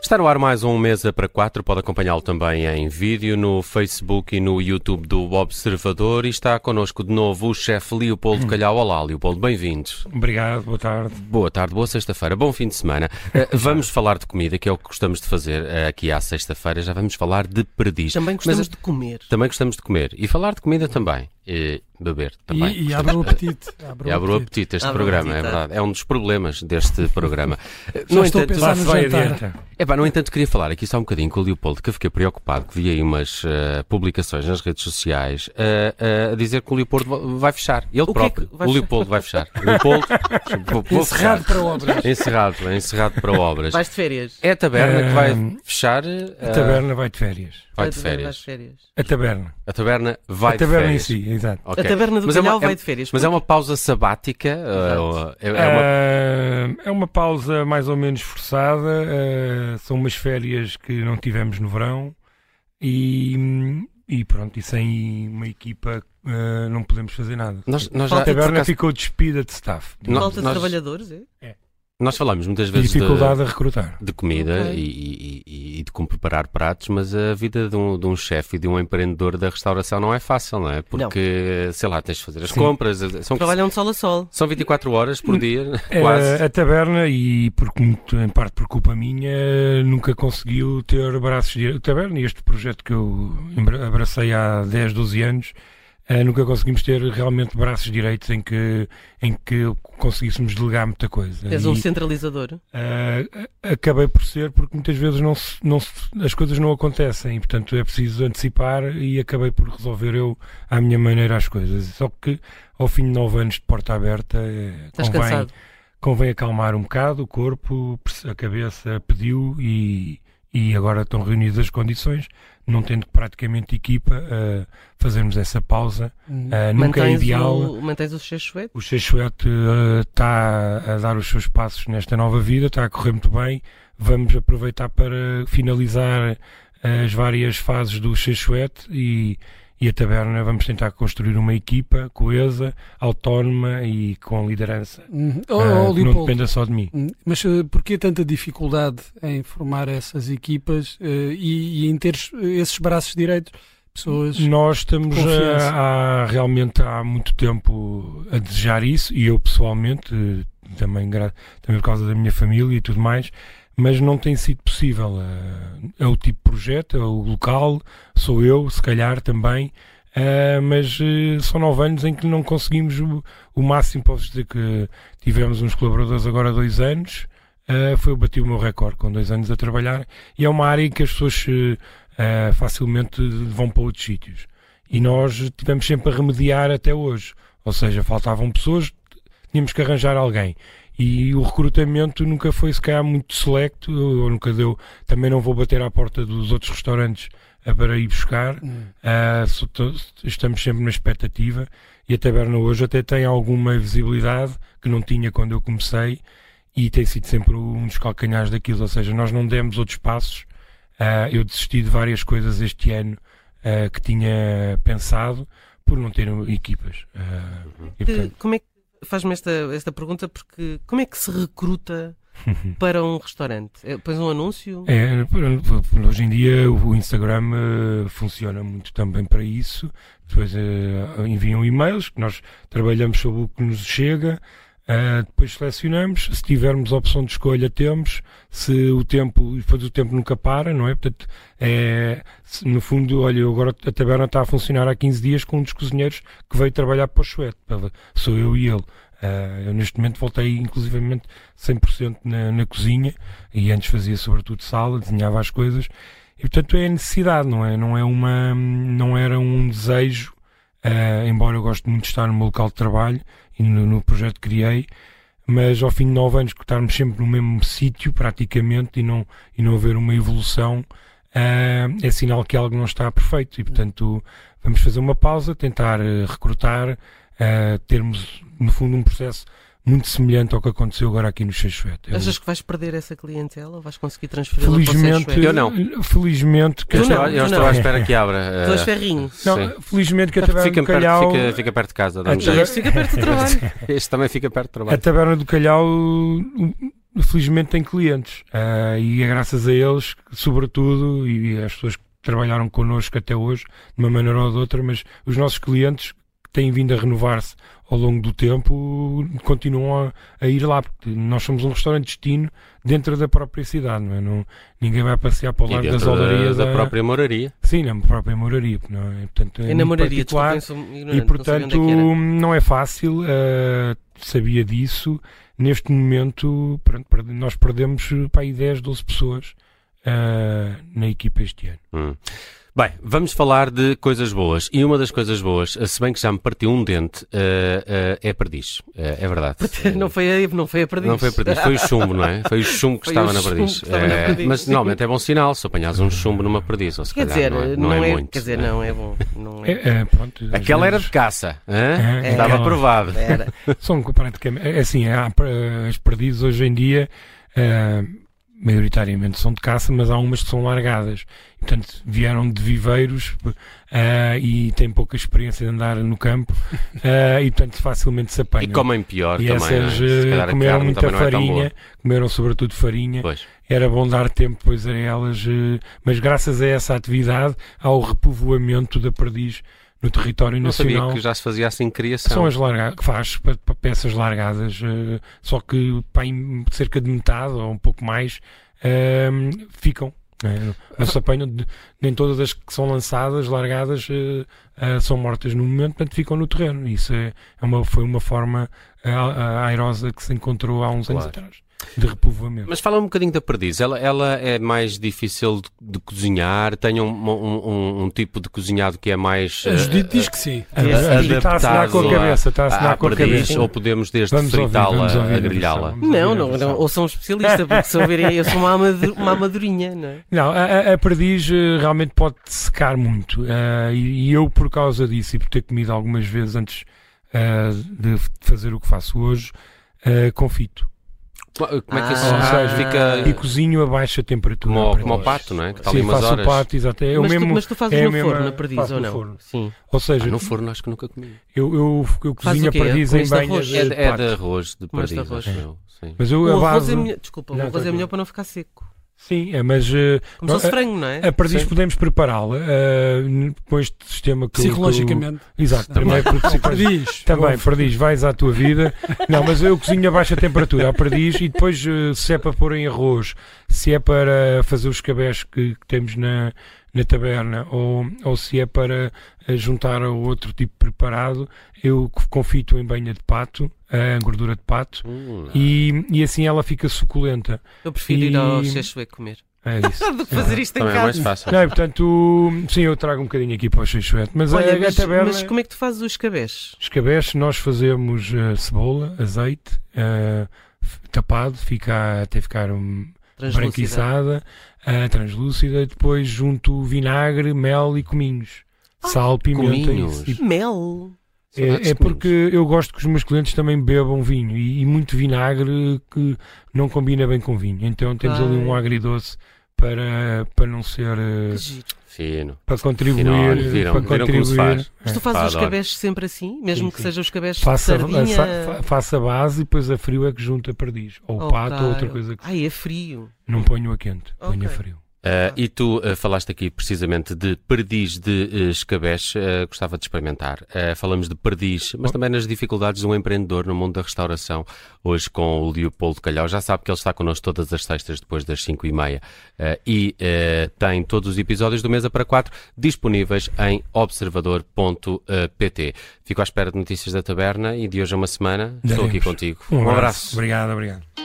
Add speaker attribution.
Speaker 1: Está no ar mais um Mesa para Quatro. Pode acompanhá-lo também em vídeo no Facebook e no YouTube do Observador. E está connosco de novo o chefe Leopoldo Calhau. Olá, Leopoldo, bem-vindo.
Speaker 2: Obrigado, boa tarde.
Speaker 1: Boa tarde, boa sexta-feira, bom fim de semana. Eh, Vamos falar de comida, que é o que gostamos de fazer eh, aqui à sexta-feira. Já vamos falar de perdiz.
Speaker 3: Também gostamos
Speaker 1: Mas,
Speaker 3: de comer.
Speaker 1: também gostamos de comer. E falar de comida também. E beber também.
Speaker 2: E, e abre o apetite.
Speaker 1: E abre o apetite este
Speaker 3: Abre o
Speaker 1: programa, é
Speaker 3: apetite, é.
Speaker 1: verdade. É um dos problemas deste programa.
Speaker 2: Já estou a pensar Lá no se vai a jantar. dieta.
Speaker 1: Epá, no entanto, queria falar aqui só um bocadinho com o Leopoldo, que eu fiquei preocupado, que vi aí umas eh, publicações nas redes sociais eh, eh, a dizer que o Leopoldo va- vai fechar. Ele
Speaker 3: que
Speaker 1: próprio.
Speaker 3: é que vai
Speaker 1: o
Speaker 3: fechar?
Speaker 1: Leopoldo vai fechar. Leopoldo, vou, vou
Speaker 2: Encerrado
Speaker 1: fechar.
Speaker 2: para obras.
Speaker 1: Encerrado, é encerrado para obras.
Speaker 3: Vais de férias.
Speaker 1: É a taberna que vai
Speaker 2: Eh,
Speaker 1: fechar.
Speaker 2: A
Speaker 1: eh,
Speaker 2: taberna vai de férias.
Speaker 1: Vai de
Speaker 3: Vais- Vais
Speaker 1: férias.
Speaker 3: de férias.
Speaker 2: A taberna.
Speaker 1: A taberna vai
Speaker 2: a taberna
Speaker 1: de
Speaker 2: em
Speaker 1: férias.
Speaker 2: si, exato.
Speaker 1: Ok.
Speaker 3: A taberna do
Speaker 1: Mas é uma-
Speaker 3: Calhau
Speaker 1: é-
Speaker 3: vai de férias.
Speaker 1: Mas é uma pausa sabática. eh,
Speaker 3: Exato.
Speaker 1: ou- é- é uma-
Speaker 2: Ah, É uma pausa mais ou menos forçada. ah, São umas férias que não tivemos no verão. E, e pronto, e sem uma equipa ah, não podemos fazer nada.
Speaker 1: Nós, nós já,
Speaker 2: A
Speaker 1: por
Speaker 2: taberna
Speaker 1: acaso,
Speaker 2: ficou despida de staff.
Speaker 1: Não,
Speaker 3: Falta de
Speaker 1: nós-
Speaker 3: trabalhadores, é?
Speaker 1: nós falamos muitas vezes de-
Speaker 2: Dificuldade a recrutar.
Speaker 1: de comida e-
Speaker 3: Ok.
Speaker 1: e, e- e de como preparar pratos, mas a vida de um, de um chefe e de um empreendedor da restauração não é fácil, não é? Porque, sei lá, tens de fazer as
Speaker 2: Sim.
Speaker 1: compras, eh, são,
Speaker 3: Trabalham de sol a sol.
Speaker 1: são 24 horas por dia,
Speaker 2: Eh,
Speaker 1: quase.
Speaker 2: A taberna, e por, muito em parte por culpa minha, nunca conseguiu ter braços direitos. A taberna e este projeto que eu embra- abracei há 10, 12 anos, eh, nunca conseguimos ter realmente braços direitos em que, em que conseguíssemos delegar muita coisa.
Speaker 3: És
Speaker 2: E,
Speaker 3: um centralizador.
Speaker 2: eh, acabei por ser porque muitas vezes não se- não se- as coisas não acontecem e, portanto, é preciso antecipar e acabei por resolver eu, à minha maneira, as coisas. Só que, ao fim de 9 anos de porta aberta, eh,
Speaker 3: Estás
Speaker 2: convém
Speaker 3: cansado.
Speaker 2: convém acalmar um bocado o corpo, a cabeça pediu e, e agora estão reunidas as condições, não tendo praticamente equipa, a fazermos essa pausa. Ah, nunca é
Speaker 3: Mantens
Speaker 2: ideal.
Speaker 3: O, mantens o chechuete?
Speaker 2: O Xexuete está a dar os seus passos nesta nova vida, está a correr muito bem. Vamos aproveitar para finalizar eh, as várias fases do Xexuete e, e a Taberna. Vamos tentar construir uma equipa coesa, autónoma e com liderança.
Speaker 4: Uhum. Oh,
Speaker 2: ah,
Speaker 4: oh,
Speaker 2: que não
Speaker 4: Leopoldo,
Speaker 2: dependa só de mim.
Speaker 4: hum, mas eh, porquê tanta dificuldade em formar essas equipas eh, e, e em ter eh, esses braços direitos? Pessoas.
Speaker 2: Nós estamos
Speaker 4: Confiança.
Speaker 2: eh, há, realmente há muito tempo a desejar isso e eu pessoalmente eh, também, gra- também por causa da minha família e tudo mais, mas não tem sido possível. eh, É o tipo de projeto, é o local, sou eu, se calhar também. eh, mas eh, são nove anos em que não conseguimos o, o máximo. Posso dizer que tivemos uns colaboradores agora há dois anos. eh, foi eu bati o meu recorde com dois anos a trabalhar e é uma área em que as pessoas eh, eh, facilmente vão para outros sítios. E nós tivemos sempre a remediar até hoje. Ou seja, faltavam pessoas, tínhamos que arranjar alguém. E o recrutamento nunca foi, se calhar, muito selecto, ou nunca deu. Também não vou bater à porta dos outros restaurantes eh, para ir buscar.
Speaker 4: Hum.
Speaker 2: Ah, so- to- estamos sempre na expectativa e a taberna hoje até tem alguma visibilidade que não tinha quando eu comecei e tem sido sempre um dos calcanhares daquilo, ou seja, nós não demos outros passos. Ah, eu desisti de várias coisas este ano ah, que tinha pensado por não ter equipas. Ah, e,
Speaker 3: Que-
Speaker 2: portanto,
Speaker 3: Como é que. Faz-me esta, esta pergunta porque como é que se recruta para um restaurante? É, Pões um anúncio?
Speaker 2: É, por- por- hoje em dia o Instagram eh, funciona muito também para isso. Depois eh, enviam e-mails que nós trabalhamos sobre o que nos chega. eh, depois selecionamos, se tivermos a opção de escolha temos, se o tempo, e depois o tempo nunca para, não é? Portanto, é, se- no fundo, olha, eu agora a taberna está a funcionar há 15 dias com um dos cozinheiros que veio trabalhar para o Chuete, pela- sou eu e ele. Ah, eu neste momento voltei inclusivamente 100% na, na cozinha e antes fazia sobretudo sala, desenhava as coisas e portanto é a necessidade, não é? Não, é uma, não era um desejo, ah, embora eu goste muito de estar no meu local de trabalho e no, no projeto que criei, mas ao fim de nove anos que estarmos sempre no mesmo sítio praticamente e não, e não haver uma evolução ah, é sinal que algo não está perfeito e portanto vamos fazer uma pausa, tentar eh, recrutar, ah, termos no fundo um processo muito semelhante ao que aconteceu agora aqui no É Xexuete. Eu-
Speaker 3: Achas que vais perder essa clientela? Vais conseguir transferir la para o
Speaker 2: Felizmente,
Speaker 3: Seixuete?
Speaker 1: Eu não.
Speaker 2: Felizmente que
Speaker 1: eu
Speaker 3: Tu
Speaker 1: estou,
Speaker 3: não,
Speaker 1: eu
Speaker 3: tu
Speaker 1: estou
Speaker 3: não.
Speaker 1: à espera que abra. eh,
Speaker 3: Tu és ferrinho.
Speaker 2: Não,
Speaker 1: sim.
Speaker 2: felizmente que a
Speaker 1: Fica,
Speaker 2: taberna
Speaker 1: perto,
Speaker 2: do Calhau. É,
Speaker 1: fica, fica perto de casa, dá-me
Speaker 2: a
Speaker 1: jeito.
Speaker 3: Este fica perto do trabalho.
Speaker 2: É,
Speaker 1: Este também fica perto de
Speaker 2: A
Speaker 1: trabalho.
Speaker 2: taberna do Calhau uh, felizmente tem clientes. Ah, e é graças a eles, que, sobretudo, e às pessoas que trabalharam connosco até hoje, de uma maneira ou de outra, mas os nossos clientes que têm vindo a renovar-se ao longo do tempo continuam a, a ir lá, porque nós somos um restaurante destino dentro da própria cidade, não é? Não- ninguém vai passear para o
Speaker 1: E
Speaker 2: lado das
Speaker 1: dentro da,
Speaker 2: olarias
Speaker 1: da própria moraria.
Speaker 2: Sim, na própria moraria, não é? Portanto, é
Speaker 3: É na
Speaker 2: muito
Speaker 3: moraria,
Speaker 2: particular.
Speaker 3: desculpem, sou ignorante,
Speaker 2: E
Speaker 3: não sabia onde é
Speaker 2: portanto
Speaker 3: que era.
Speaker 2: não é fácil, eh, sabia disso. Neste momento, pronto, perde- nós perdemos eh, para aí 10, 12 pessoas eh, na equipa este ano.
Speaker 1: Hum. Bem, vamos falar de coisas boas. E uma das coisas boas, eh, se bem que já me partiu um dente, eh, eh, é perdiz. Eh, é verdade.
Speaker 3: Não foi, a- não foi a perdiz.
Speaker 1: Não foi perdiz, foi o chumbo, não é? Foi o chumbo que
Speaker 3: Foi
Speaker 1: estava
Speaker 3: o
Speaker 1: na
Speaker 3: chumbo
Speaker 1: perdiz.
Speaker 3: que estava na
Speaker 1: Eh,
Speaker 3: perdiz.
Speaker 1: Mas normalmente é bom sinal se apanhas um chumbo numa perdiz. Ou se
Speaker 3: Quer
Speaker 1: calhar
Speaker 3: dizer,
Speaker 1: não é, não é muito.
Speaker 3: Quer dizer, não, é bom. Não
Speaker 2: É,
Speaker 3: é.
Speaker 2: eh, pronto, às
Speaker 1: Aquela era
Speaker 2: vezes
Speaker 1: de caça, hã?
Speaker 2: É,
Speaker 1: estava
Speaker 2: aquela-
Speaker 1: aprovado.
Speaker 3: Era.
Speaker 2: São praticamente. É assim, há, eh, as perdizes hoje em dia, eh, maioritariamente são de caça, mas há umas que são largadas. Portanto, vieram de viveiros eh, e têm pouca experiência de andar no campo eh, e, portanto, facilmente
Speaker 1: E
Speaker 2: se apanham.
Speaker 1: comem pior
Speaker 2: E
Speaker 1: também.
Speaker 2: essas
Speaker 1: não é? Se
Speaker 2: eh,
Speaker 1: calhar a
Speaker 2: comeram
Speaker 1: carne
Speaker 2: muita
Speaker 1: também não é tão
Speaker 2: farinha,
Speaker 1: boa.
Speaker 2: comeram sobretudo farinha.
Speaker 1: Pois.
Speaker 2: Era bom dar tempo, pois, a elas. eh, Mas graças a essa atividade, ao repovoamento da perdiz no território
Speaker 1: Não sabia
Speaker 2: nacional.
Speaker 1: que já se fazia assim criação.
Speaker 2: São as largadas, que faz para, para peças largadas, eh, só que para em cerca de metade ou um pouco mais eh, ficam. né? Não se apanham, de- nem todas as que são lançadas, largadas, eh, eh, são mortas no momento, portanto ficam no terreno. Isso é, é uma, foi uma forma eh, a- airosa que se encontrou há uns anos
Speaker 1: Claro.
Speaker 2: atrás de repovoamento.
Speaker 1: Mas fala um bocadinho da perdiz. Ela, ela é mais difícil de, de cozinhar? Tem um, um- um- um tipo de cozinhado que é mais.
Speaker 4: A
Speaker 1: eh,
Speaker 4: Judite diz que sim.
Speaker 2: A- a-
Speaker 1: adaptado
Speaker 2: está a assinar com a
Speaker 1: lá
Speaker 2: cabeça, está a
Speaker 1: eh, à
Speaker 2: assinar com a
Speaker 1: perdiz,
Speaker 2: cabeça.
Speaker 1: Ou podemos desde
Speaker 2: Vamos ouvir,
Speaker 1: fritá-la
Speaker 2: vamos ouvir
Speaker 1: a
Speaker 2: a
Speaker 1: grelhá-la?
Speaker 2: versão.
Speaker 3: Não, não, não, ou são especialista, porque se ouvirem, eu sou uma, amadu- uma amadorinha, não é?
Speaker 2: Não, a- a, a perdiz eh, realmente pode secar muito. eh, e, e eu, por causa disso e por ter comido algumas vezes antes eh, de f- fazer o que faço hoje, eh, confito.
Speaker 1: Como é que isso
Speaker 3: Ah.
Speaker 1: ou seja,
Speaker 2: E
Speaker 1: fica
Speaker 2: cozinho a baixa
Speaker 1: Eh.
Speaker 2: temperatura.
Speaker 1: como, ao-
Speaker 2: para
Speaker 1: como ao
Speaker 2: eles.
Speaker 1: pato, não é? Que está ali
Speaker 2: Sim,
Speaker 1: umas
Speaker 2: faço
Speaker 1: horas.
Speaker 2: o pato, exato. É o
Speaker 3: mas, tu,
Speaker 2: mesmo.
Speaker 3: mas tu fazes
Speaker 2: é
Speaker 3: no
Speaker 2: a mesma-
Speaker 3: forno, a perdiz,
Speaker 2: faço
Speaker 3: ou
Speaker 2: no
Speaker 3: não?
Speaker 2: forno.
Speaker 3: Sim.
Speaker 2: Ou seja,
Speaker 1: Ah, no forno acho que nunca comi.
Speaker 2: eu, eu, eu
Speaker 3: Fazes
Speaker 2: cozinho
Speaker 3: o
Speaker 2: a
Speaker 3: quê?
Speaker 2: perdiz em
Speaker 3: Comeste
Speaker 2: banhas
Speaker 3: arroz?
Speaker 2: de
Speaker 1: É, de- é
Speaker 2: pato.
Speaker 1: de arroz, de
Speaker 3: Mas de
Speaker 1: perdiz,
Speaker 3: arroz.
Speaker 1: acho eu. Sim.
Speaker 2: Mas eu
Speaker 3: O
Speaker 2: a
Speaker 3: arroz é
Speaker 2: base.
Speaker 3: melhor, desculpa, o
Speaker 2: Não,
Speaker 3: arroz é
Speaker 2: tranquilo.
Speaker 3: melhor para não ficar seco.
Speaker 2: Sim, é, mas eh,
Speaker 3: Como se fosse
Speaker 2: Ah,
Speaker 3: frango, não é?
Speaker 2: a perdiz
Speaker 1: Sim.
Speaker 2: podemos prepará-la eh, n- com este sistema que eu- que eu-
Speaker 4: Psicologicamente.
Speaker 2: Exato,
Speaker 4: Também.
Speaker 2: primeiro porque psicologicamente.
Speaker 4: Perdiz.
Speaker 2: Também,
Speaker 4: Ouve.
Speaker 2: Tá perdiz, vais à tua vida. Não, mas eu cozinho a baixa temperatura, a perdiz, e depois eh, se é para pôr em arroz, se é para fazer os cabés que, que temos na, na taberna, ou, ou se é para eh, juntar a outro tipo preparado, eu co- confito em banha de pato, a gordura de pato,
Speaker 1: Hum.
Speaker 2: É. e, e assim ela fica suculenta.
Speaker 3: Eu prefiro ir ao
Speaker 2: E-
Speaker 3: Chechue comer.
Speaker 2: É isso.
Speaker 3: Do que fazer isto em
Speaker 1: Também é mais
Speaker 3: casa.
Speaker 1: fácil.
Speaker 2: Não, e, portanto, sim, eu trago um bocadinho aqui para o Xixuete, mas a-
Speaker 3: Olha,
Speaker 2: a,
Speaker 3: mas,
Speaker 2: taberna...
Speaker 3: mas como é que tu fazes os cabés?
Speaker 2: Escabeche, nós fazemos eh, cebola, azeite, eh, f- tapado, fica até ficar um,
Speaker 3: Translúcida.
Speaker 2: branquiçada, eh, translúcida, e depois junto vinagre, mel e cominhos. Sal, pimenta e-
Speaker 1: Ah, cominhos.
Speaker 2: e-
Speaker 3: Mel.
Speaker 2: é, é porque eu gosto que os meus clientes também bebam vinho e, e muito vinagre que não combina bem com vinho. Então temos ali um
Speaker 3: Claro.
Speaker 2: agridoce para, para não ser eh,
Speaker 3: Que giro.
Speaker 1: Fino.
Speaker 2: para contribuir,
Speaker 1: Viram, olha, viram,
Speaker 2: para
Speaker 1: viram como se
Speaker 2: contribuir.
Speaker 1: faz.
Speaker 2: É.
Speaker 3: Mas tu fazes
Speaker 1: Pá,
Speaker 3: os
Speaker 1: Ah, adoro.
Speaker 3: cabés sempre assim? Mesmo
Speaker 2: Sim,
Speaker 3: que
Speaker 2: sim.
Speaker 3: sejam os cabés de
Speaker 2: Faça,
Speaker 3: sardinha?
Speaker 2: fa- fa- faça a base e depois a frio é que junta a perdiz. Ou
Speaker 3: Oh,
Speaker 2: pato ou outra
Speaker 3: claro.
Speaker 2: coisa que
Speaker 3: Ai, é frio.
Speaker 2: não ponho a quente, ponho
Speaker 3: Ok.
Speaker 2: a frio.
Speaker 1: Ah, e tu ah, falaste aqui precisamente de perdiz de eh, escabeche, ah, gostava de experimentar. Ah, falamos de perdiz, mas também nas dificuldades de um empreendedor no mundo da restauração, hoje com o Leopoldo Calhau. Já sabe que ele está connosco todas as sextas depois das 5 e meia Ah, e eh, tem todos os episódios do Mesa para 4 disponíveis em ah, observador.pt. Fico à espera de notícias da taberna e de hoje a uma semana estou aqui
Speaker 2: Daremos.
Speaker 1: contigo. Um
Speaker 2: Um abraço. Obrigado, obrigado.